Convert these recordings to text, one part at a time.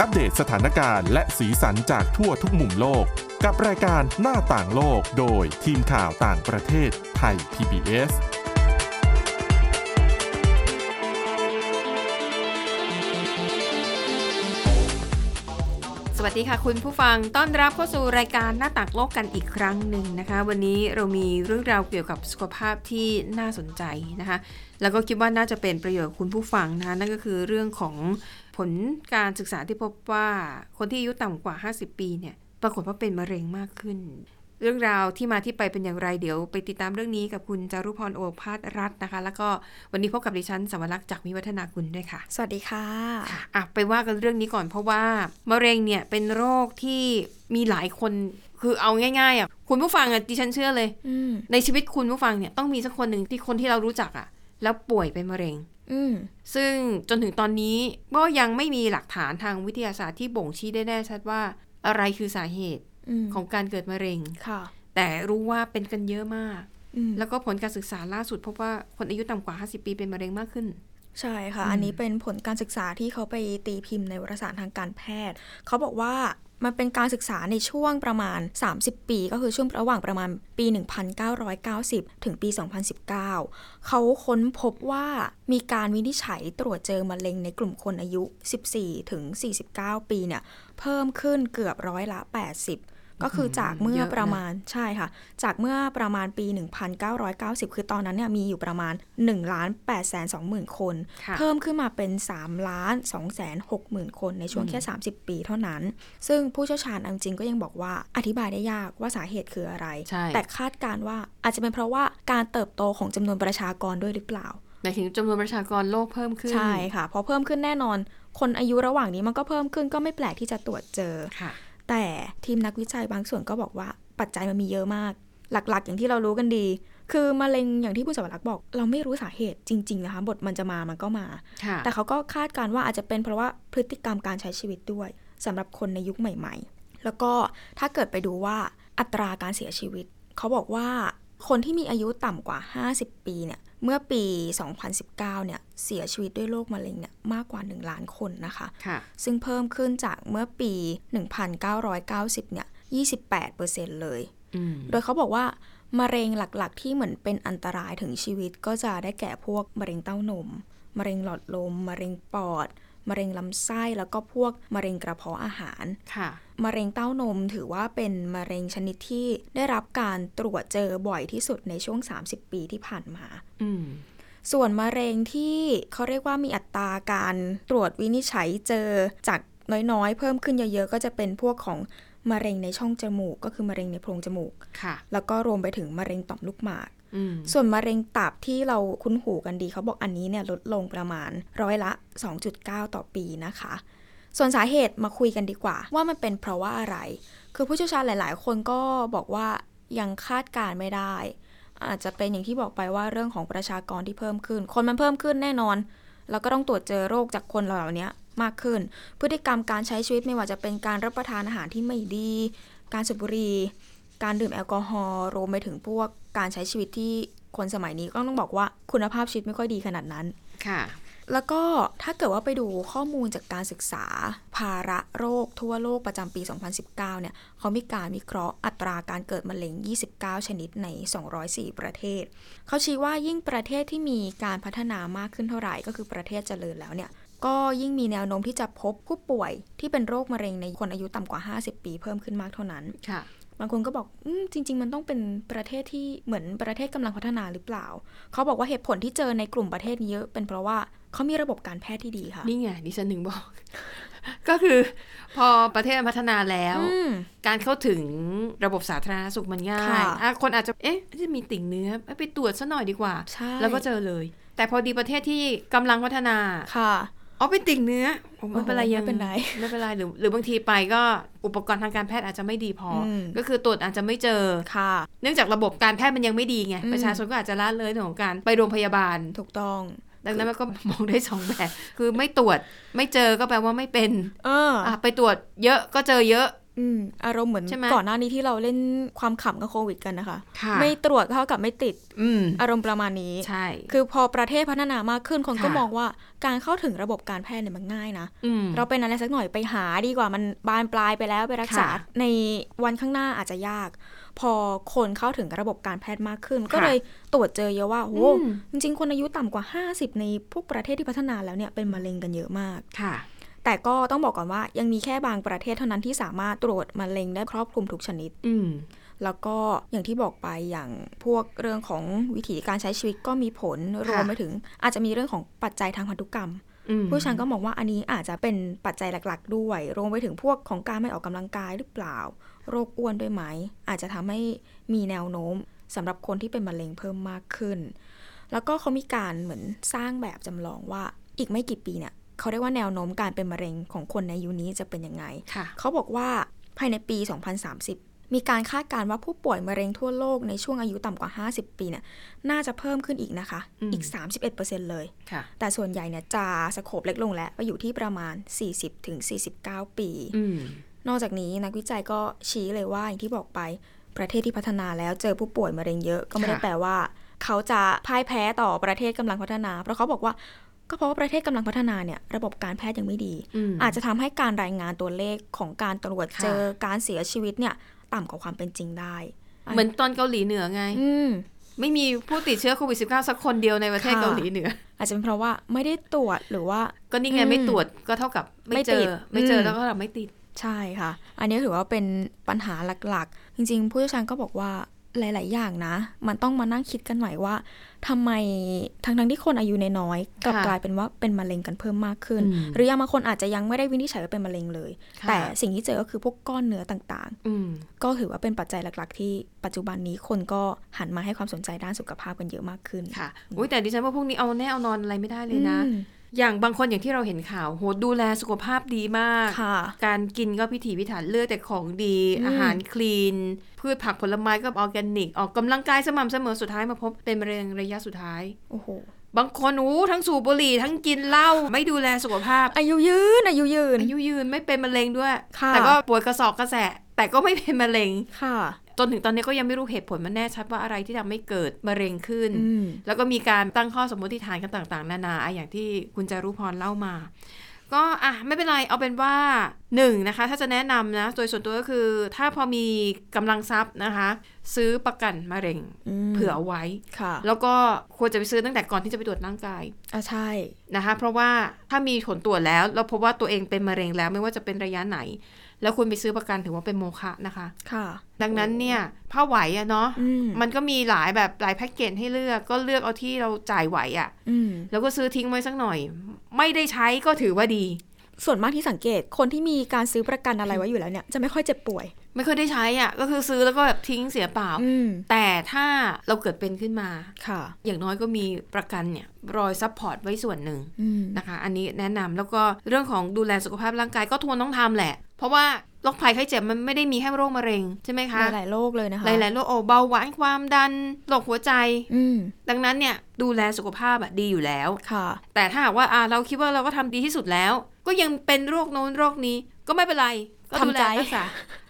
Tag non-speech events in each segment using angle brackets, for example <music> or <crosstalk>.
อัปเดตสถานการณ์และสีสันจากทั่วทุกมุมโลก กับรายการหน้าต่างโลกโดยทีมข่าวต่างประเทศไทย PBS สวัสดีค่ะคุณผู้ฟังต้อนรับเข้าสู่รายการหน้าต่างโลกกันอีกครั้งหนึ่งนะคะ วันนี้เรามีเรื่องราวเกี่ยวกับสุขภาพที่น่าสนใจนะคะ แล้วก็คิดว่าน่าจะเป็นประโยชน์กับคุณผู้ฟังนะคะนั่นก็คือเรื่องของผลการศึกษาที่พบว่าคนที่อายุต่ำกว่า 50 ปีเนี่ยปรากฏว่าเป็นมะเร็งมากขึ้น เรื่องราวที่มาที่ไปเป็นอย่างไรเดี๋ยวไปติดตามเรื่องนี้กับคุณจารุพรโอภาสรัตน์นะคะ แล้วก็วันนี้พบกับดิฉันสวรักษ์จากมิวัฒนาคุณด้วยค่ะ สวัสดีค่ะ อ่ะไปว่ากันเรื่องนี้ก่อนเพราะว่ามะเร็งเนี่ยเป็นโรคที่มีหลายคนคือเอาง่ายๆอ่ะคุณผู้ฟังอ่ะดิฉันเชื่อเลย อืม ในชีวิตคุณผู้ฟังเนี่ยต้องมีสักคนหนึ่งที่คนที่เรารู้จักอ่ะ แล้วป่วยเป็นมะเร็ง อืม ซึ่งจนถึงตอนนี้ก็ยังไม่มีหลักฐานทางวิทยาศาสตร์ที่บ่งชี้ได้แน่ชัดว่า อะไรคือสาเหตุ อืม ของการเกิดมะเร็ง ค่ะ แต่รู้ว่าเป็นกันเยอะมาก อืม แล้วก็ผลการศึกษาล่าสุดพบว่าคนอายุต่ำกว่า 50 ปีเป็นมะเร็งมากขึ้น ใช่ค่ะ อันนี้เป็นผลการศึกษาที่เขาไปตีพิมพ์ในวารสารทางการแพทย์ เขาบอกว่ามันเป็นการศึกษาในช่วงประมาณ 30 ปี ก็คือช่วงระหว่างประมาณปี 1990 ถึงปี 2019 เขาค้นพบว่ามีการวินิจฉัยตรวจเจอมะเร็งในกลุ่มคนอายุ 14 ถึง 49 ปีเนี่ย เพิ่มขึ้นเกือบร้อยละ 80 ก็คือจากเมื่อ เยอะนะ ประมาณใช่ค่ะ จากเมื่อประมาณปี 1990 คือตอนนั้นเนี่ยมีอยู่ประมาณ1ล้าน8แสน20,000 คน ค่ะ เพิ่มขึ้นมาเป็น3ล้าน2แสน6หมื่นคนในช่วงแค่ 30 ปีเท่านั้น ซึ่งผู้เชี่ยวชาญเอาจริงก็ยังบอกว่าอธิบายได้ยากว่าสาเหตุคืออะไร ใช่ แต่คาดการณ์ว่าอาจจะเป็นเพราะว่าการเติบโตของจำนวนประชากรด้วยหรือเปล่า หมายถึงจำนวนประชากรโลกเพิ่มขึ้น ใช่ค่ะเพอเพิ่มขึ้นแน่นอน คนอายุระหว่างนี้มันก็เพิ่มขึ้นก็ไม่แปลกที่จะตรวจเจอ ค่ะ แต่ทีมนักวิจัยบางส่วนก็บอกว่าปัจจัยมันมีเยอะมาก หลักๆ อย่างที่เรารู้กันดี คือมะเร็งอย่างที่คุณสวรักษ์บอก เราไม่รู้สาเหตุจริง ๆ นะคะ บทมันจะมามันก็มา ค่ะ แต่เขาก็คาดการณ์ว่าอาจจะเป็นเพราะว่าพฤติกรรมการใช้ชีวิตด้วยสำหรับคนในยุคใหม่ๆ แล้วก็ถ้าเกิดไปดูว่าอัตราการเสียชีวิต เขาบอกว่าคนที่มีอายุต่ำกว่า 50 ปีเนี่ยเมื่อปี 2019เนี่ยเสียชีวิตด้วยโรคมะเร็งเนี่ยมากกว่า 1 ล้านคนนะคะ ค่ะ ซึ่งเพิ่มขึ้นจากเมื่อปี 1990 เนี่ย 28%เลย อืม โดยเขาบอกว่ามะเร็งหลักๆ ที่เหมือนเป็นอันตรายถึงชีวิตก็จะได้แก่พวกมะเร็งเต้านม มะเร็งหลอดลม มะเร็งปอด มะเร็งลำไส้แล้วก็พวกมะเร็งกระเพาะอาหาร ค่ะ มะเร็งเต้านมถือว่าเป็นมะเร็งชนิดที่ได้รับการตรวจเจอบ่อยที่สุดในช่วง 30 ปีที่ผ่านมา อืม ส่วนมะเร็งที่เขาเรียกว่ามีอัตราการตรวจวินิจฉัยเจอจากน้อยๆ เพิ่มขึ้นเยอะๆ ก็จะเป็นพวกของมะเร็งในช่องจมูก ก็คือมะเร็งในโพรงจมูก ค่ะ แล้วก็รวมไปถึงมะเร็งต่อมลูกหมาก อืม ส่วนมะเร็งตับที่เราคุ้นหูกันดี เขาบอกอันนี้เนี่ยลดลงประมาณร้อยละ 2.9 ต่อปีนะคะ ส่วนสาเหตุมาคุยกันดีกว่า ว่ามันเป็นเพราะว่าอะไร คือผู้เชี่ยวชาญหลาย ๆ คนก็บอกว่ายังคาดการณ์ไม่ได้ อาจจะเป็นอย่างที่บอกไปว่าเรื่องของประชากรที่เพิ่มขึ้น คนมันเพิ่มขึ้นแน่นอน แล้วก็ต้องตรวจเจอโรคจากคนเหล่านี้มากขึ้น พฤติกรรมการใช้ชีวิตไม่ว่าจะเป็นการรับประทานอาหารที่ไม่ดี การสูบบุหรี่ การดื่มแอลกอฮอล์รวมไปถึงพวกการใช้ชีวิตที่คนสมัยนี้ก็ต้องบอกว่าคุณภาพชีวิตไม่ค่อยดีขนาดนั้น ค่ะ แล้วก็ถ้าเกิดว่าไปดูข้อมูลจากการศึกษา ภาระโรคทั่วโลกประจำปี 2019 เนี่ยเขามีการวิเคราะห์อัตราการเกิดมะเร็ง 29 ชนิดใน 204 ประเทศ เขาชี้ว่ายิ่งประเทศที่มีการพัฒนามากขึ้นเท่าไหร่ ก็คือประเทศเจริญแล้วเนี่ย ก็ยิ่งมีแนวโน้มที่จะพบผู้ป่วยที่เป็นโรคมะเร็งในคนอายุต่ำกว่า 50 ปีเพิ่มขึ้นมากเท่านั้น ค่ะ บางคนก็บอกอมจริง ๆ มันต้องเป็นประเทศที่เหมือนประเทศกำลังพัฒนาหรือเปล่า เขาบอกว่าเหตุผลที่เจอในกลุ่มประเทศนี้เยอะเป็นเพราะว่าเขามีระบบการแพทย์ที่ดีค่ะ นี่ไงดิฉันถึงบอก <laughs> ก็คือ พอประเทศพัฒนาแล้ว อืม การเข้าถึงระบบสาธารณสุขมันง่าย ค่ะ อ่ะคนอาจจะ เอ๊ะ จะมีติ่งเนื้อเอ้ยไปตรวจซะหน่อยดีกว่า ใช่ แล้วก็เจอเลย แต่พอดีประเทศที่กำลังพัฒนา ค่ะ อ๋อเป็นติ่งเนื้อโอ้ไม่เป็นไร โอ้โห ยัง ไม่เป็นไร ไม่เป็นไรหรือหรือบางทีไปก็อุปกรณ์ทางการแพทย์อาจจะไม่ดีพออ ม ก็คือตรวจอาจจะไม่เจอ ค่ะ เนื่องจากระบบการแพทย์มันยังไม่ดีไง อืม ประชาชนก็อาจจะละเลยเรื่องของการไปโรงพยาบาล ถูกต้อง ดังนั้นมันก็ <laughs> มองได้สองแบบ คือไม่ตรวจไม่เจอก็แปลว่าไม่เป็น เอออ อ่ะไปตรวจเยอะก็เจอเยอะ อืมอารมณ์เหมือน ใช่ไหม ก่อนหน้านี้ที่เราเล่นความขำกับโควิดกันนะคะ ค่ะ ไม่ตรวจเท่ากับไม่ติด อืม อารมณ์ประมาณนี้ ใช่ คือพอประเทศพัฒนามากขึ้นคนก็ ค่ะ มองว่าการเข้าถึงระบบการแพทย์เนี่ยมันง่ายนะ อืม เราเป็นอะไรสักหน่อยไปหาดีกว่ามันบานปลายไปแล้วไปรักษา ค่ะ ในวันข้างหน้าอาจจะยาก พอคนเข้าถึงระบบการแพทย์มากขึ้น ก็ ค่ะ เลยตรวจเจอเยอะว่าโอ้โห อืม จริง ๆ คนอายุต่ำกว่า 50 ในพวกประเทศที่พัฒนาแล้วเนี่ยเป็นมะเร็งกันเยอะมาก ค่ะ แต่ก็ต้องบอกก่อนว่ายังมีแค่บางประเทศเท่านั้นที่สามารถตรวจมะเร็งได้ครอบคลุมทุกชนิด อืม แล้วก็อย่างที่บอกไปอย่างพวกเรื่องของวิถีการใช้ชีวิตก็มีผลรวมไปถึง อาจจะมีเรื่องของปัจจัยทางพันธุกรรม อืม ผู้ชันก็มองว่าอันนี้อาจจะเป็นปัจจัยหลักๆ ด้วย รวมไปถึงพวกของการไม่ออกกำลังกายหรือเปล่า โรคอ้วนด้วยไหม อาจจะทำให้มีแนวโน้มสำหรับคนที่เป็นมะเร็งเพิ่มมากขึ้น แล้วก็เขามีการเหมือนสร้างแบบจำลองว่าอีกไม่กี่ปีเนี่ยเขาเรียกว่าแนวโน้มการเป็นมะเร็งของคนในยุคนี้จะเป็นยังไง ค่ะ เขาบอกว่าภายในปี 2030 มีการคาดการณ์ว่าผู้ป่วยมะเร็งทั่วโลกในช่วงอายุต่ำกว่า 50 ปีเนี่ยน่าจะเพิ่มขึ้นอีกนะคะ อืม อีก 31%เลย ค่ะ แต่ส่วนใหญ่เนี่ยจะสโคบเล็กลงแล้วไปอยู่ที่ประมาณ 40-49 ปี อืม นอกจากนี้นักวิจัยก็ชี้เลยว่าอย่างที่บอกไป ประเทศที่พัฒนาแล้วเจอผู้ป่วยมะเร็งเยอะก็ไม่ได้ ค่ะ แปลว่า เขาจะพ่ายแพ้ต่อประเทศกำลังพัฒนา เพราะเขาบอกว่าก็เพราะว่าประเทศกำลังพัฒนาเนี่ยระบบการแพทย์ยังไม่ดี อืม อาจจะทำให้การรายงานตัวเลขของการตรวจ ค่ะ เจอการเสียชีวิตเนี่ยต่ำกว่าความเป็นจริงได้ เหมือนตอนเกาหลีเหนือไง อืม ไม่มีผู้ติดเชื้อโควิด -19 สักคนเดียวในประเทศ ค่ะ เกาหลีเหนือ อาจจะเป็นเพราะว่าไม่ได้ตรวจหรือว่า ก็นี่ไง อืม ไม่ตรวจก็เท่ากับ ไม่ ไม่เจ ติ อ ด ไม่เจออ ม แล้วก็เราไม่ติด ใช่ค่ะ อันนี้ถือว่าเป็นปัญหาหลักๆ จริงๆ ผู้เชี่ยวชาญก็บอกว่าหลาย ๆ อย่างนะ มันต้องมานั่งคิดกันใหม่ว่าทำไมทั้งทั้งๆที่คนอายุน้อยๆกลับ ค่ะ กลายเป็นว่าเป็นมะเร็งกันเพิ่มมากขึ้น อืม หรือยางบางคนอาจจะยังไม่ได้วินิจฉัยว่าเป็นมะเร็งเลย ค่ะ แต่สิ่งที่เจอก็คือพวกก้อนเนื้อต่าง อืม ๆ ก็ถือว่าเป็นปัจจัยหลัก ๆ ที่ปัจจุบันนี้คนก็หันมาให้ความสนใจด้านสุขภาพกันเยอะมากขึ้น ค่ะอุ้ยแต่ดิฉันว่าพวกนี้เอาแน่เอานอนอะไรไม่ได้เลยนะ อืม อย่างบางคนอย่างที่เราเห็นข่าวโหดูแลสุขภาพดีมาก ค่ะ การกินก็พิถีพิถันเลือกแต่ของดี อืม อาหารคลีน พืชผักผลไม้ก็ออร์แกนิก ออกกำลังกายสม่ำเสมอสุดท้ายมาพบเป็นมะเร็งระยะสุดท้าย โอ้โห บางคนโอ้ทั้งสูบบุหรี่ทั้งกินเหล้าไม่ดูแลสุขภาพ อายุยืนอายุยืน อายุยืนไม่เป็นมะเร็งด้วย ค่ะ แต่ก็ป่วยกระสอบกระแสะแต่ก็ไม่เป็นมะเร็ง ค่ะ จนถึงตอนนี้ก็ยังไม่รู้เหตุผลมันแน่ชัดว่าอะไรที่ทำให้เกิดมะเร็งขึ้น อืม แล้วก็มีการตั้งข้อสมมติฐานกันต่างๆ นานาอ่ะอย่างที่คุณจารุพรเล่ามา ก็อ่ะไม่เป็นไรเอาเป็นว่าหนึ่งนะคะ ถ้าจะแนะนำนะโดยส่วนตัวก็คือ ถ้าพอมีกำลังทรัพย์นะคะ ซื้อประกันมะเร็ง ม เผื่อเอาไว้ ค่ะ แล้วก็ควรจะไปซื้อตั้งแต่ก่อนที่จะไปตรวจร่างกาย อ่ะใช่ นะคะเพราะว่าถ้ามีผลตรวจแล้วเราพบว่าตัวเองเป็นมะเร็งแล้วไม่ว่าจะเป็นระยะไหน แล้วคุณไปซื้อประกันถือว่าเป็นโมฆะนะคะ ค่ะ ดังนั้นเนี่ยผ้าไหวอะเนาะ อืม มันก็มีหลายแบบหลายแพ็กเกจให้เลือกก็เลือกเอาที่เราจ่ายไหวอะ อืม แล้วก็ซื้อทิ้งไว้สักหน่อย ไม่ได้ใช้ก็ถือว่าดี ส่วนมากที่สังเกตคนที่มีการซื้อประกันอะไรไว้อยู่แล้วเนี่ยจะไม่ค่อยเจ็บป่วย ไม่ค่อยได้ใช้อะก็คือซื้อแล้วก็แบบทิ้งเสียเปล่า อืม แต่ถ้าเราเกิดเป็นขึ้นมา ค่ะ อย่างน้อยก็มีประกันเนี่ยรอยซัพพอร์ตไว้ส่วนหนึ่ง อืม นะคะอันนี้แนะนำแล้วก็เรื่องของดูแลสุขภาพร่างกายก็ทวนต้องทำแหละ เพราะว่าโรคภัยไข้เจ็บมันไม่ได้มีแค่โรคมะเร็งใช่ไหมคะ หลายๆโรคเลยนะคะ หลายๆโรคโอเบาหวานความดันโรคหัวใจ อืม ดังนั้นเนี่ยดูแลสุขภาพอะดีอยู่แล้ว ค่ะ แต่ถ้าหากว่าอ่าเราคิดว่าเราก็ทำดีที่สุดแล้ว ก็ยังเป็นโรคโน้นโรคนี้ก็ไม่เป็นไรก็ดูแล ทำใจ รักษา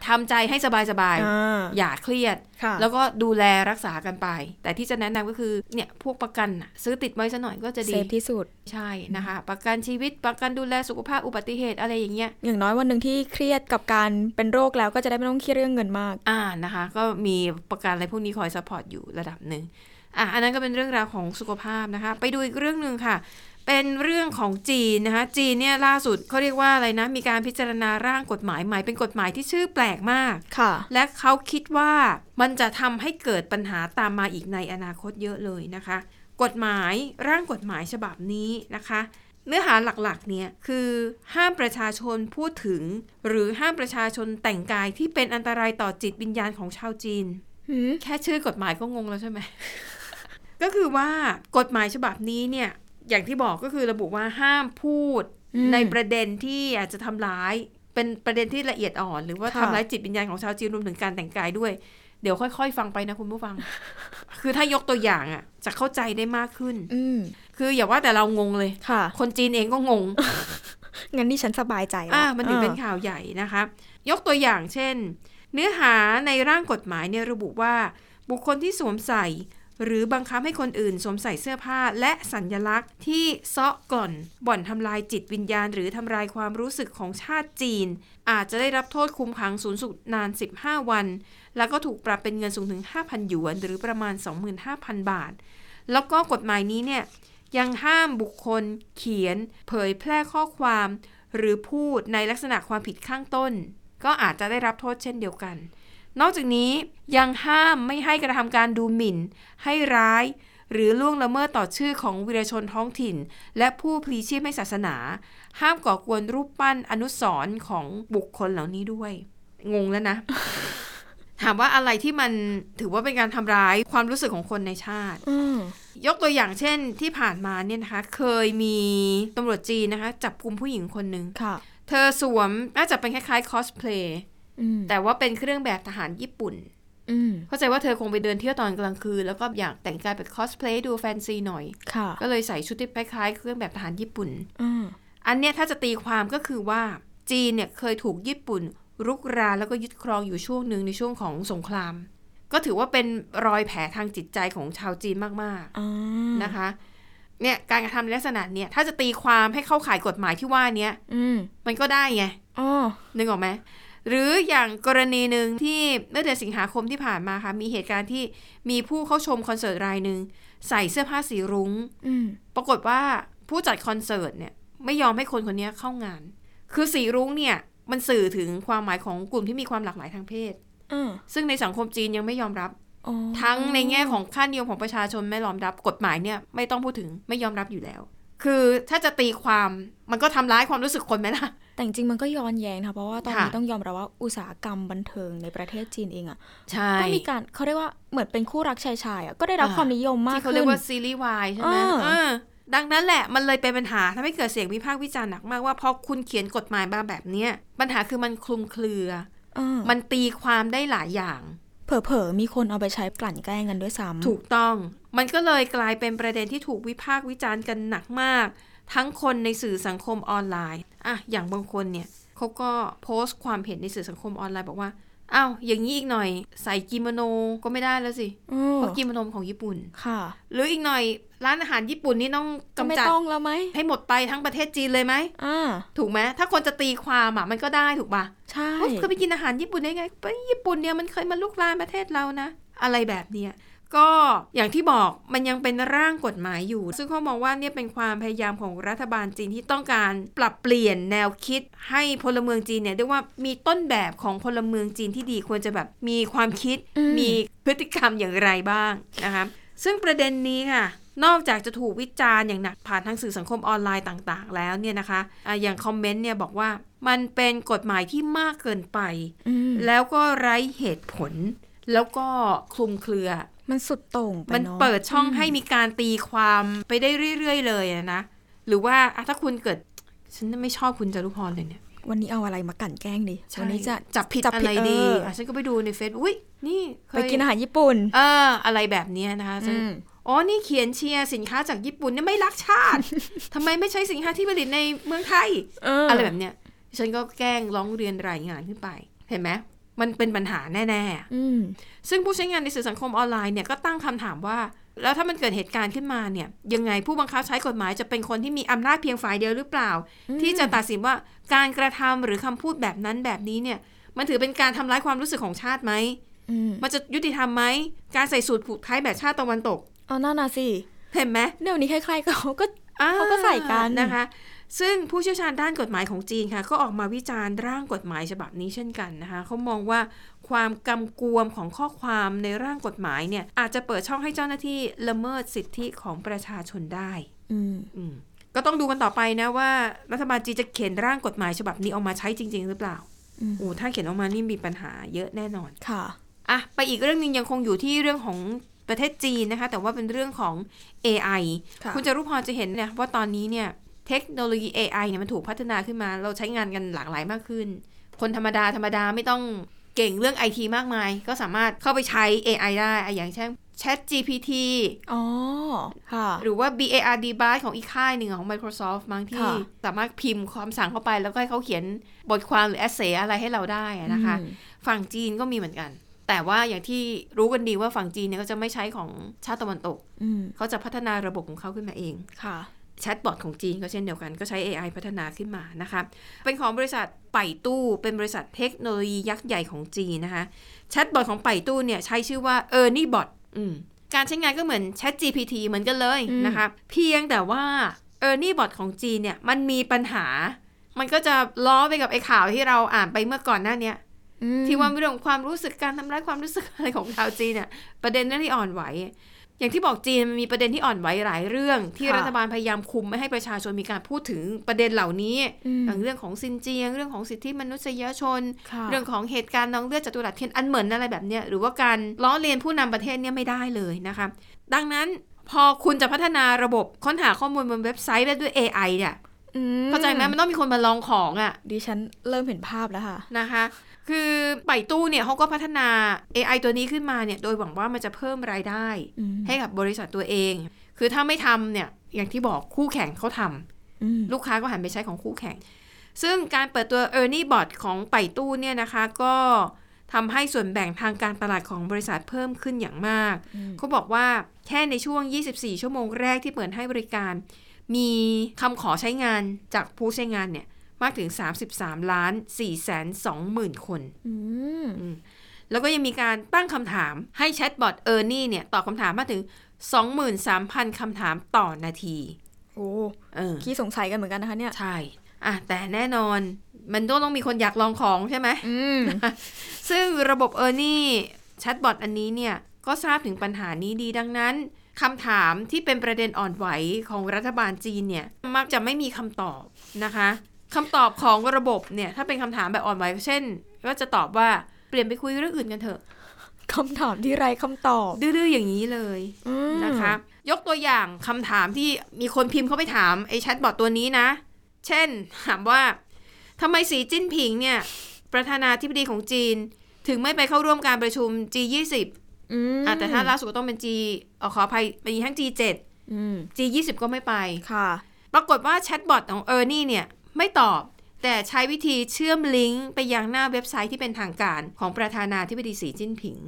ทำใจให้สบาย อ่า ๆอย่าเครียด ค่ะ แล้วก็ดูแลรักษากันไป แต่ที่จะแนะนำก็คือเนี่ยพวกประกันน่ะซื้อติดไว้ซะหน่อยก็จะ เซ ดี ฟที่สุด ใช่นะคะ ประกันชีวิตประกันดูแลสุขภาพอุบัติเหตุอะไรอย่างเงี้ย อย่างน้อยวันหนึ่งที่เครียดกับการเป็นโรคแล้วก็จะได้ไม่ต้องเครียดเรื่องเงินมาก อ่านะคะ ก็มีประกันอะไรพวกนี้คอยซัพพอร์ตอยู่ระดับหนึ่งอ่ะอันนั้นก็เป็นเรื่องราวของสุขภาพนะคะ ไปดูอีกเรื่องหนึ่งค่ะ เป็นเรื่องของจีนนะคะ จีนเนี่ยล่าสุดเขาเรียกว่าอะไรนะ มีการพิจารณาร่างกฎหมายใหม่เป็นกฎหมายที่ชื่อแปลกมาก ค่ะ และเขาคิดว่ามันจะทำให้เกิดปัญหาตามมาอีกในอนาคตเยอะเลยนะคะ กฎหมายร่างกฎหมายฉบับนี้นะคะ เนื้อหาหลักๆเนี่ยคือห้ามประชาชนพูดถึง หรือห้ามประชาชนแต่งกายที่เป็นอันตรายต่อจิตวิญญาณของชาวจีน หืม แค่ชื่อกฎหมายก็งงแล้วใช่ไหม <laughs> ก็คือว่ากฎหมายฉบับนี้เนี่ย อย่างที่บอกก็คือระบุว่าห้ามพูด อืม ในประเด็นที่อาจจะทำร้าย เป็นประเด็นที่ละเอียดอ่อน หรือว่า ค่ะ ทำร้ายจิตวิญญาณของชาวจีนรวมถึงการแต่งกายด้วย เดี๋ยวค่อยๆ ฟังไปนะคุณผู้ฟัง <laughs> คือถ้ายกตัวอย่างอ่ะ จะเข้าใจได้มากขึ้น อืม คืออย่าว่าแต่เรางงเลย ค่ะ คนจีนเองก็งง งั้นดิฉันสบายใจละ อ่ามันถึงเป็น ออ ข่าวใหญ่นะคะ ยกตัวอย่างเช่น เนื้อหาในร่างกฎหมายเนี่ยระบุว่า บุคคลที่สวมใส่ หรือบังคับให้คนอื่นสวมใส่เสื้อผ้าและสัญลักษณ์ที่เซาะกล่อน บ่อนทำลายจิตวิญญาณ หรือทำลายความรู้สึกของชาติจีน อาจจะได้รับโทษคุมขังสูงสุดนาน 15 วัน แล้วก็ถูกปรับเป็นเงินสูงถึง 5,000หยวน หรือประมาณ 25,000 บาท แล้วก็กฎหมายนี้เนี่ย ยังห้ามบุคคลเขียน เผยแพร่ข้อความ หรือพูดในลักษณะความผิดข้างต้น ก็อาจจะได้รับโทษเช่นเดียวกัน นอกจากนี้ยังห้ามไม่ให้กระทำการดูหมิ่น ให้ร้าย หรือล่วงละเมิดต่อชื่อของวีรชนท้องถิ่น และผู้พลีชีพให้ศาสนา ห้ามก่อกวนรูปปั้นอนุสรณ์ของบุคคลเหล่านี้ด้วย งงแล้วนะ ถามว่าอะไรที่มันถือว่าเป็นการทำร้ายความรู้สึกของคนในชาติ อืม ยกตัวอย่างเช่นที่ผ่านมาเนี่ยนะคะ เคยมีตำรวจจีนนะคะ จับกลุ่มผู้หญิงคนหนึ่ง ค่ะ เธอสวมน่าจะเป็นคล้ายๆคอสเพลย์ อืม แต่ว่าเป็นเครื่องแบบทหารญี่ปุ่น อืม เข้าใจว่าเธอคงไปเดินเที่ยวตอนกลางคืน แล้วก็อยากแต่งกายแบบคอสเพลย์ดูแฟนซีหน่อย ค่ะ ก็เลยใส่ชุดที่คล้ายๆเครื่องแบบทหารญี่ปุ่น อืม อันเนี้ยถ้าจะตีความก็คือว่าจีนเนี่ยเคยถูกญี่ปุ่น รุกรานแล้วก็ยึดครองอยู่ช่วงหนึ่งในช่วงของสงคราม ก็ถือว่าเป็นรอยแผลทางจิตใจของชาวจีนมากๆ อ่า นะคะเนี่ยการกระทำในลักษณะเนี่ยถ้าจะตีความให้เข้าข่ายกฎหมายที่ว่าเนี้ย อืม มันก็ได้ไง อ๋อ นึกออกไหมหรืออย่างกรณีหนึ่งที่เมื่อเดือนสิงหาคมที่ผ่านมาค่ะมีเหตุการณ์ที่มีผู้เข้าชมคอนเสิร์ตรายหนึ่งใส่เสื้อผ้าสีรุง้ง อืม ปรากฏว่าผู้จัดคอนเสิร์ตเนี่ยไม่ยอมให้คนคนเนี้ยเข้างาน คือสีรุ้งเนี่ยมันสื่อถึงความหมายของกลุ่มที่มีความหลากหลายทางเพศ อ่า ซึ่งในสังคมจีนยังไม่ยอมรับ อ๋อ ทั้งในแง่ของค่านิยมของประชาชนไม่ยอมรับกฎหมายเนี่ยไม่ต้องพูดถึงไม่ยอมรับอยู่แล้ว คือถ้าจะตีความมันก็ทำร้ายความรู้สึกคนไหมล่ะ แต่จริงๆมันก็ย้อนแย้งนะเพราะว่าตอนนี้ ค่ะ ต้องยอมรับว่าอุตสาหกรรมบันเทิงในประเทศจีนเองอ่ะ ใช่ ก็มีการเขาเรียกว่าเหมือนเป็นคู่รักชายชายๆอ่ะก็ได้รับความนิยมมาก ที่เขา ขึ้ เรีย น กว่าซีรีส์วายใช่ไหม อ่า เออดังนั้นแหละมันเลยเป็นปัญหาทำให้เกิดเสียงวิพากษ์วิจารณ์หนักมากว่าพอคุณเขียนกฎหมายมาแบบเนี้ยปัญหาคือมันคลุมเครือ เออ มันตีความได้หลายอย่าง เผลอๆมีคนเอาไปใช้กลั่นแกล้งกันด้วยซ้ำ ถูกต้อง มันก็เลยกลายเป็นประเด็นที่ถูกวิพากษ์วิจารณ์กันหนักมาก ทั้งคนในสื่อสังคมออนไลน์อะอย่างบางคนเนี่ยเขาก็โพสต์ความเห็นในสื่อสังคมออนไลน์บอกว่า อ้าว อย่างนี้อีกหน่อย ใส่กิโมโนก็ไม่ได้แล้วสิ เออ เพราะกิโมโนมันของญี่ปุ่น ค่ะ หรืออีกหน่อยร้านอาหารญี่ปุ่นนี่ต้อง ก็ไม่ กำจัด ต้องแล้วไหม ให้หมดไปทั้งประเทศจีนเลยไหม อ่า ถูกไหม ถ้าคนจะตีความอ่ะมันก็ได้ถูกปะ ใช่ เธอไปกินอาหารญี่ปุ่นได้ไงไปญี่ปุ่นเนี่ยมันเคยมาลุกลานประเทศเรานะ อะไรแบบเนี้ยก็อย่างที่บอกมันยังเป็นร่างกฎหมายอยู่ ซึ่งเขามองว่าเนี่ยเป็นความพยายามของรัฐบาลจีนที่ต้องการปรับเปลี่ยนแนวคิด ให้พลเมืองจีนเนี่ยเรียกว่ามีต้นแบบของพลเมืองจีนที่ดีควรจะแบบมีความคิด อื มีพฤติกรรมอย่างไรบ้างนะคะซึ่งประเด็นนี้ค่ะ นอกจากจะถูกวิจารณ์อย่างหนักผ่านทางสื่อสังคมออนไลน์ต่างๆ แล้วเนี่ยนะคะอะอย่างคอมเมนต์เนี่ยบอกว่ามันเป็นกฎหมายที่มากเกินไป อืม แล้วก็ไร้เหตุผล แล้วก็คลุมเครือ มันสุดโต่งไป มัน เนาะ เปิดช่องให้มีการตีความไปได้เรื่อยๆ เลยอะนะ หรือว่าอ่ะถ้าคุณเกิด ฉันไม่ชอบคุณจารุพรเลยเนี่ย วันนี้เอาอะไรมากลั่นแกล้งดีวันนี้จะ จับผิดอะไรดี เออ อ่ะฉันก็ไปดูในเฟซอุ้ยนี่เค ไป ย กินอาหารญี่ปุ่น เอออะไรแบบเนี้ยนะคะซึ่ง อืม อ๋อ นี่เขียนเชียร์สินค้าจากญี่ปุ่นเนี่ยไม่รักชาติ ทำไมไม่ใช้สินค้าที่ผลิตในเมืองไทย เ อะไรแบบเนี้ย ฉันก็แกล้งร้องเรียนรายงานขึ้นไป เห็นไหม มันเป็นปัญหาแน่ อืม ๆ ซึ่งผู้ใช้งานในสื่อสังคมออนไลน์เนี่ยก็ตั้งคำถามว่า แล้วถ้ามันเกิดเหตุการณ์ขึ้นมาเนี่ย ยังไงผู้บังคับใช้กฎหมายจะเป็นคนที่มีอำนาจเพียงฝ่ายเดียวหรือเปล่า ที่จะตัดสินว่าการกระทำหรือคำพูดแบบนั้นแบบนี้เนี่ย มันถือเป็นการทำร้ายความรู้สึกของชาติไหม อืม มันจะยุติธรรมไหม การใส่สูตรผูกไทยแบบชาติตะวันตก เอาหน้านาสิ เห็นไหม เดี๋ยวนี้ใครๆก็ก็ อ่ เขาก็ใส่กัน นะคะ ซึ่งผู้เชี่ยวชาญด้านกฎหมายของจีนค่ะ ก็ออกมาวิจารณ์ร่างกฎหมายฉบับนี้เช่นกันนะคะเขามองว่าความกำกวมของข้อความในร่างกฎหมายเนี่ยอาจจะเปิดช่องให้เจ้าหน้าที่ละเมิดสิทธิของประชาชนได้ ืม อืมก็ต้องดูกันต่อไปนะว่ารัฐบาลจีนจะเขียนร่างกฎหมายฉบับนี้ออกมาใช้จริง ๆ หรือเปล่า อืม โอ้ถ้าเขียนออกมานี่มีปัญหาเยอะแน่นอน ค่ะ อ่ะไปอีกเรื่องหนึ่งยังคงอยู่ที่เรื่องของประเทศจีนนะคะ แต่ว่าเป็นเรื่องของ AI ค่ะ คุณจารุพรจะเห็นเนะว่าตอนนี้เนี่ยเทคโนโลยี AI เนี่ยมันถูกพัฒนาขึ้นมา เราใช้งานกันหลากหลายมากขึ้น คนธรรมดาธรรมดาไม่ต้องเก่งเรื่องไอทีมากมาย ก็สามารถเข้าไปใช้ AI ได้อ่ะอย่างเช่น Chat GPT อ๋อ ค่ะ หรือว่า BARD b a r ของอีกค่ายหนึ่งของ Microsoft บางที่ ค่ะ สามารถพิมพ์คำสั่งเข้าไป แล้วก็ให้เขาเขียนบทความหรือ essay อะไรให้เราได้อะนะคะ อืม ฝั่งจีนก็มีเหมือนกัน แต่ว่าอย่างที่รู้กันดีว่าฝั่งจีนเนี่ยก็จะไม่ใช้ของชาติตะวันตก อืม เขาจะพัฒนาระบบของเขาขึ้นมาเอง ค่ะ แชทบอทของจีนก็เช่นเดียวกันก็ใช้ AI พัฒนาขึ้นมานะคะ เป็นของบริษัทไปตู้ เป็นบริษัทเทคโนโลยียักษ์ใหญ่ของจีนนะคะ แชทบอทของไปตู้เนี่ยใช้ชื่อว่า e r n i e Bot อืมการใช้งานก็เหมือน Chat GPT เหมือนกันเลย อืม นะคะ เพียงแต่ว่า e r n i e Bot ของจีนเนี่ยมันมีปัญหา มันก็จะล้อไปกับไอ้ข่าวที่เราอ่านไปเมื่อก่อนหน้าเนี้ย อืม ที่ว่าเรื่องความรู้สึกการทำร้ายความรู้สึกอะไรของชาวจีนเนี่ยประเด็นเรื่องที่อ่อนไหว อย่างที่บอกจีนมันมีประเด็นที่อ่อนไหวหลายเรื่อง ที่รัฐบาลพยายามคุมไม่ให้ประชาชนมีการพูดถึงประเด็นเหล่านี้ อืม อย่างเรื่องของซินเจียง เรื่องของสิทธิมนุษยชน ค่ะ เรื่องของเหตุการณ์น้องเลือดจตุรัสเทียนอันเหมือนอะไรแบบเนี้ยหรือว่าการล้อเลียนผู้นำประเทศเนี่ยไม่ได้เลยนะคะดังนั้นพอคุณจะพัฒนาระบบค้นหาข้อมูลบนเว็บไซต์ได้ด้วย AI เนี่ย อืม เข้าใจไหมมันต้องมีคนมาลองของอ่ะ ดิฉันเริ่มเห็นภาพแล้วค่ะ นะคะ คือไปตู้เนี่ยเขาก็พัฒนา AI ตัวนี้ขึ้นมาเนี่ย โดยหวังว่ามันจะเพิ่มรายได้ อืม ให้กับบริษัทตัวเอง คือถ้าไม่ทำเนี่ย อย่างที่บอกคู่แข่งเขาท อืม ำ ลูกค้าก็หันไปใช้ของคู่แข่ง ซึ่งการเปิดตัว e a r n i e Bot ของไปตู้เนี่ยนะคะ ก็ทำให้ส่วนแบ่งทางการตลาดของบริษัทเพิ่มขึ้นอย่างมาก อืม เขาบอกว่าแค่ในช่วง 24 ชั่วโมงแรกที่เปิดให้บริการ มีคำขอใช้งานจากผู้ใช้งานเนี่ย มากถึง 33 ล้าน4แสน2หมื่นคน อืม แล้วก็ยังมีการตั้งคำถามให้แชทบอทเออร์นี่เนี่ย ตอบคำถามมากถึง 23,000 คำถามต่อนาที โอ้ เออ ขี้สงสัยกันเหมือนกันนะคะเนี่ย ใช่ อ่ะ แต่แน่นอนมันต้องต้องมีคนอยากลองของใช่ไหม อืม ซึ่งระบบ e a r n i e แชทบอทอันนี้เนี่ย ก็ทราบถึงปัญหานี้ดีดังนั้นคำถามที่เป็นประเด็นอ่อนไหวของรัฐบาลจีนเนี่ย มักจะไม่มีคำตอบนะคะคำตอบของระบบเนี่ย ถ้าเป็นคำถามแบบอ่อนไหวเช่น ก็จะตอบว่าเปลี่ยนไปคุยเรื่องอื่นกันเถอะ <laughs> คำถามที่ไรคำตอบ ดื้อๆอย่างนี้เลย อืม นะคะ ยกตัวอย่างคำถามที่มีคนพิมพ์เข้าไปถามไอ้แชทบอทตัวนี้นะ เช่น ถามว่าทำไมสีจิ้นผิงเนี่ย ประธานาธิบดีของจีน ถึงไม่ไปเข้าร่วมการประชุม G20 อืม อ่ะแต่ถ้าล่าสุดก็ต้องเป็น G เอ่อขออภัยมีทั้ง G7 อืม G20 ก็ไม่ไป ค่ะ ปรากฏว่าแชทบอทของเออร์นี่เนี่ยไม่ตอบ แต่ใช้วิธีเชื่อมลิงก์ไปยังหน้าเว็บไซต์ที่เป็นทางการของประธานาธิบดีสีจิ้นผิง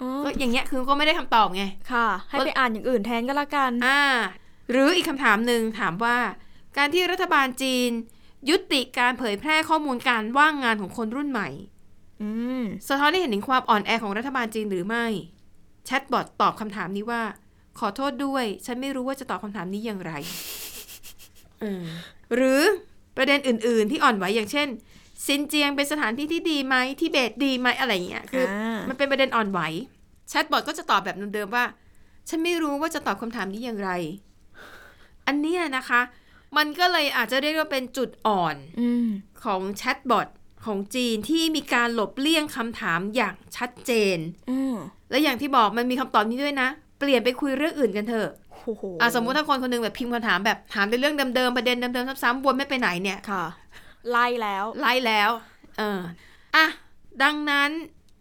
อ๋อ ก็อย่างเงี้ยคือก็ไม่ได้คำตอบไง ค่ะ ให้ไปอ่านอย่างอื่นแทนก็แล้วกัน อ่าหรืออีกคำถามหนึ่งถามว่า การที่รัฐบาลจีน ยุติการเผยแพร่ข้อมูลการว่างงานของคนรุ่นใหม่ อืม สะท้อนให้เห็นถึงความอ่อนแอของรัฐบาลจีนหรือไม่แชทบอทตอบคำถามนี้ว่า ขอโทษด้วย ฉันไม่รู้ว่าจะตอบคำถามนี้อย่างไร <laughs> เออหรือประเด็นอื่น ๆ ที่อ่อนไหวอย่างเช่นซินเจียงเป็นสถานที่ที่ดีไหมที่เบตดีไหมอะไรอย่างเงี้ยคือ มันเป็นประเด็นอ่อนไหวแชทบอทก็จะตอบแบบเดิมๆว่า ฉันไม่รู้ว่าจะตอบคำถามนี้อย่างไร อันเนี้ยนะคะ มันก็เลยอาจจะเรียกว่าเป็นจุดอ่อน อืม ของแชทบอทของจีนที่มีการหลบเลี่ยงคำถามอย่างชัดเจน อืม และอย่างที่บอกมันมีคำตอบนี้ด้วยนะ เปลี่ยนไปคุยเรื่องอื่นกันเถอะ โอ้โห อ่ะสมมุติถ้าคนคนหนึงแบบพิมพ์คำถามแบบถามในเรื่องเดิมๆประเด็นเดิมๆซ้ำๆวนไม่ไปไหนเนี่ย ค่ะ ไล่แล้ว ไล่แล้ว เอออ่ะ ดังนั้น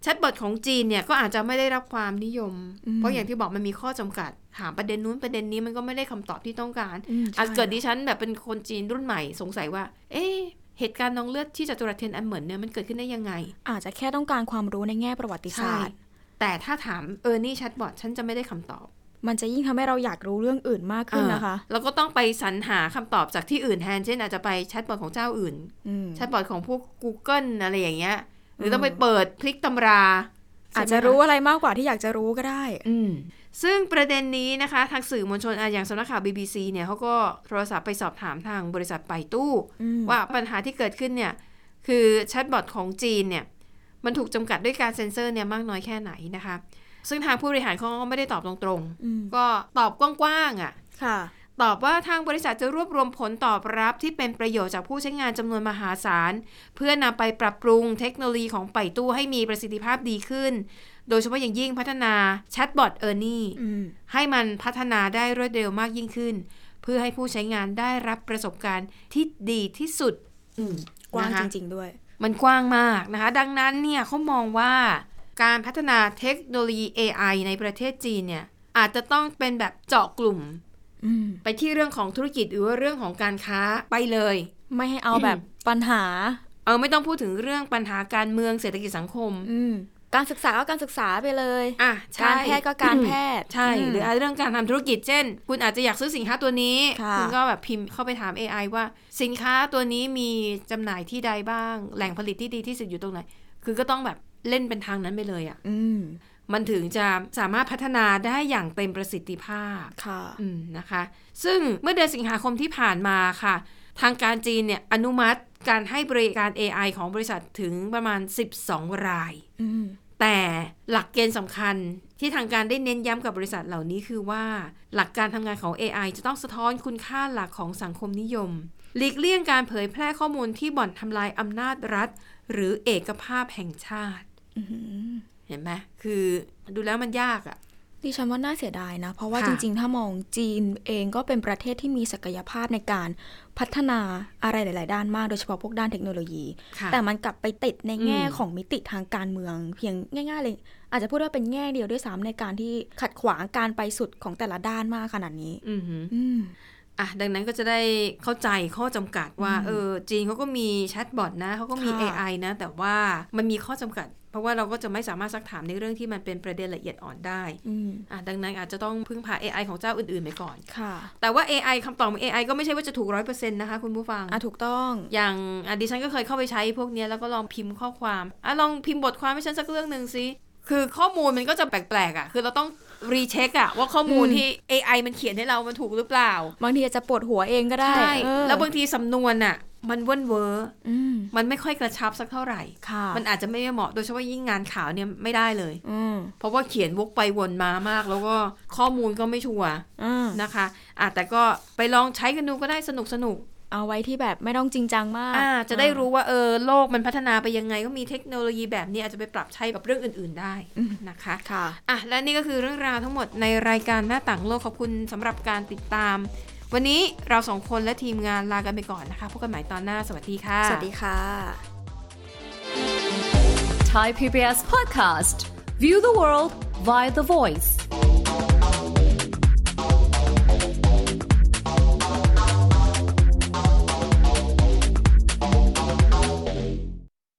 แชทบอทของจีนเนี่ยก็อาจจะไม่ได้รับความนิยม อืม เพราะอย่างที่บอกมันมีข้อจำกัด ถามประเด็นนู้นประเด็นนี้มันก็ไม่ได้คำตอบที่ต้องการ ม อาจ ใช่ เกิดดิฉันแบบเป็นคนจีนรุ่นใหม่สงสัยว่า เอ๊ะเหตุการณ์น้องเลือดที่จัตุรัสเทียนอันเหมือนเนี่ยมันเกิดขึ้นได้ยังไง อาจจะแค่ต้องการความรู้ในแง่ประวัติศาสตร์ แต่ถ้าถามเออนี่แชทบอทฉันจะไม่ได้คำตอบ มันจะยิ่งทำให้เราอยากรู้เรื่องอื่นมากขึ้นนะคะ เออแล้วก็ต้องไปสรรหาคำตอบจากที่อื่นแทน เช่นอาจจะไปแชทบอทของเจ้าอื่น อืม แชทบอทของพวก Google อะไรอย่างเงี้ย หรือต้องไป อืม เปิดคลิกตำรา อาจจะ ใช่ไหมค รู้อะไรมากกว่าที่อยากจะรู้ก็ได้ อืมซึ่งประเด็นนี้นะคะ ทางสื่อมวลชนอ่ะอย่างสำนักข่าว BBC เนี่ยเขาก็โทรศัพท์ไปสอบถามทางบริษัทไปตู้ อืม ว่าปัญหาที่เกิดขึ้นเนี่ย คือแชทบอทของจีนเนี่ย มันถูกจำกัดด้วยการเซ็นเซอร์เนี่ยมากน้อยแค่ไหนนะคะ ซึ่งทางผู้บริหารเขาก็ไม่ได้ตอบตรง อืม ๆ ก็ตอบกว้างๆอ่ะ ค่ะ ตอบว่าทางบริษัทจะรวบรวมผลตอบรับที่เป็นประโยชน์จากผู้ใช้งานจำนวนมหาศาล เพื่อนำไปปรับปรุงเทคโนโลยีของไปตู้ให้มีประสิทธิภาพดีขึ้น โดยเฉพาะอย่างยิ่งพัฒนาแชทบอทเออร์นี่ อืม ให้มันพัฒนาได้รวดเร็วมากยิ่งขึ้น เพื่อให้ผู้ใช้งานได้รับประสบการณ์ที่ดีที่สุด กว้าง นะคะ จริง ๆ ด้วย มันกว้างมากนะคะ ดังนั้นเนี่ยเขามองว่า การพัฒนาเทคโนโลยี AI ในประเทศจีนเนี่ยอาจจะต้องเป็นแบบเจาะกลุ่ม อืม ไปที่เรื่องของธุรกิจหรือว่าเรื่องของการค้าไปเลย ไม่ให้เอาแบบปัญหา เออไม่ต้องพูดถึงเรื่องปัญหาการเมืองเศรษฐกิจสังคม อืม การศึกษาก็การศึกษาไปเลย อ่ะใช่ การแพทย์ก็การแพทย์ ใช่ ม หรืออาจจะเรื่องการทำธุรกิจเช่น คุณอาจจะอยากซื้อสินค้าตัวนี้ ค่ะ ณก็แบบพิมพ์เข้าไปถาม AI ว่าสินค้าตัวนี้มีจำหน่ายที่ใดบ้าง แหล่งผลิตที่ดีที่สุดอยู่ตรงไหน คือก็ต้องแบบเล่นเป็นทางนั้นไปเลยอ่ะ อืม มันถึงจะสามารถพัฒนาได้อย่างเต็มประสิทธิภาพ ค่ะ อืมนะคะ ซึ่งเมื่อเดือนสิงหาคมที่ผ่านมาค่ะ ทางการจีนเนี่ยอนุมัติการให้บริการ AI ของบริษัทถึงประมาณ 12 ราย อืม แต่หลักเกณฑ์สำคัญที่ทางการได้เน้นย้ำกับบริษัทเหล่านี้คือว่า หลักการทำงานของ AI จะต้องสะท้อนคุณค่าหลักของสังคมนิยม หลีกเลี่ยงการเผยแพร่ข้อมูลที่บ่อนทำลายอำนาจรัฐ หรือเอกภาพแห่งชาติ อื้อหือ เห็นไหมคือดูแล้วมันยากอะ ดิฉันว่าน่าเสียดายนะ เพราะว่า ค่ะ จริงๆ ถ้ามองจีนเองก็เป็นประเทศที่มีศักยภาพในการพัฒนาอะไรหลาย ๆ ด้านมาก โดยเฉพาะพวกด้านเทคโนโลยี ค่ะ แต่มันกลับไปติดในแง่ อืม ของมิติทางการเมือง เพียงง่าย ๆ เลย อาจจะพูดว่าเป็นแง่เดียวด้วยซ้ำในการที่ขัดขวางการไปสุดของแต่ละด้านมากขนาดนี้ อือหือ อืม อ่ะดังนั้นก็จะได้เข้าใจข้อจำกัดว่าเออจีนเขาก็มีแชทบอทนะเขาก็มี ค่ะ AI นะ แต่ว่ามันมีข้อจำกัด เพราะว่าเราก็จะไม่สามารถซักถามในเรื่องที่มันเป็นประเด็นละเอียดอ่อนได้ อืม อ่ะดังนั้นอาจจะต้องพึ่งพา AI ของเจ้าอื่นๆไปก่อน ค่ะ แต่ว่า AI คำตอบของ AI ก็ไม่ใช่ว่าจะถูกร้อยเปอร์เซ็นต์นะคะ คุณผู้ฟัง อ่ะถูกต้อง อย่างอ่ะดิฉันก็เคยเข้าไปใช้พวกเนี้ยแล้วก็ลองพิมพ์ข้อความอ่ะลองพิมพ์บทความให้ฉันสักเรื่องหนึ่งสิคือข้อมูลมันก็จะแปลกๆอ่ะคือเราต้องรีเช็คอ่ะว่าข้อมูล อืม ที่ AI มันเขียนให้เรามันถูกหรือเปล่า บางทีอาจจะปวดหัวเองก็ได้ ใช่ เออ แล้วบางทีสำนวนน่ะมันเว่นเวอร์ อืม มันไม่ค่อยกระชับสักเท่าไหร่ ค่ะ มันอาจจะไม่เหมาะโดยเฉพาะยิ่งงานข่าวเนี่ยไม่ได้เลย อืม เพราะว่าเขียนวกไปวนมามาก แล้วก็ข้อมูลก็ไม่ชัวร์ อ่า นะคะอ่ะแต่ก็ไปลองใช้กันดูก็ได้สนุกสนุก เอาไว้ที่แบบไม่ต้องจริงจังมาก อ่าจะได้ อ่า รู้ว่าเออโลกมันพัฒนาไปยังไงก็มีเทคโนโลยีแบบนี้อาจจะไปปรับใช้กับเรื่องอื่น ๆได้นะคะ ค่ะ อ่ะและนี่ก็คือเรื่องราวทั้งหมดในรายการหน้าต่างโลกขอบคุณสำหรับการติดตาม วันนี้เราสองคนและทีมงานลากันไปก่อนนะคะพบกันใหม่ตอนหน้าสวัสดีค่ะ สวัสดีค่ะ Thai PBS podcast. View the world via the voice.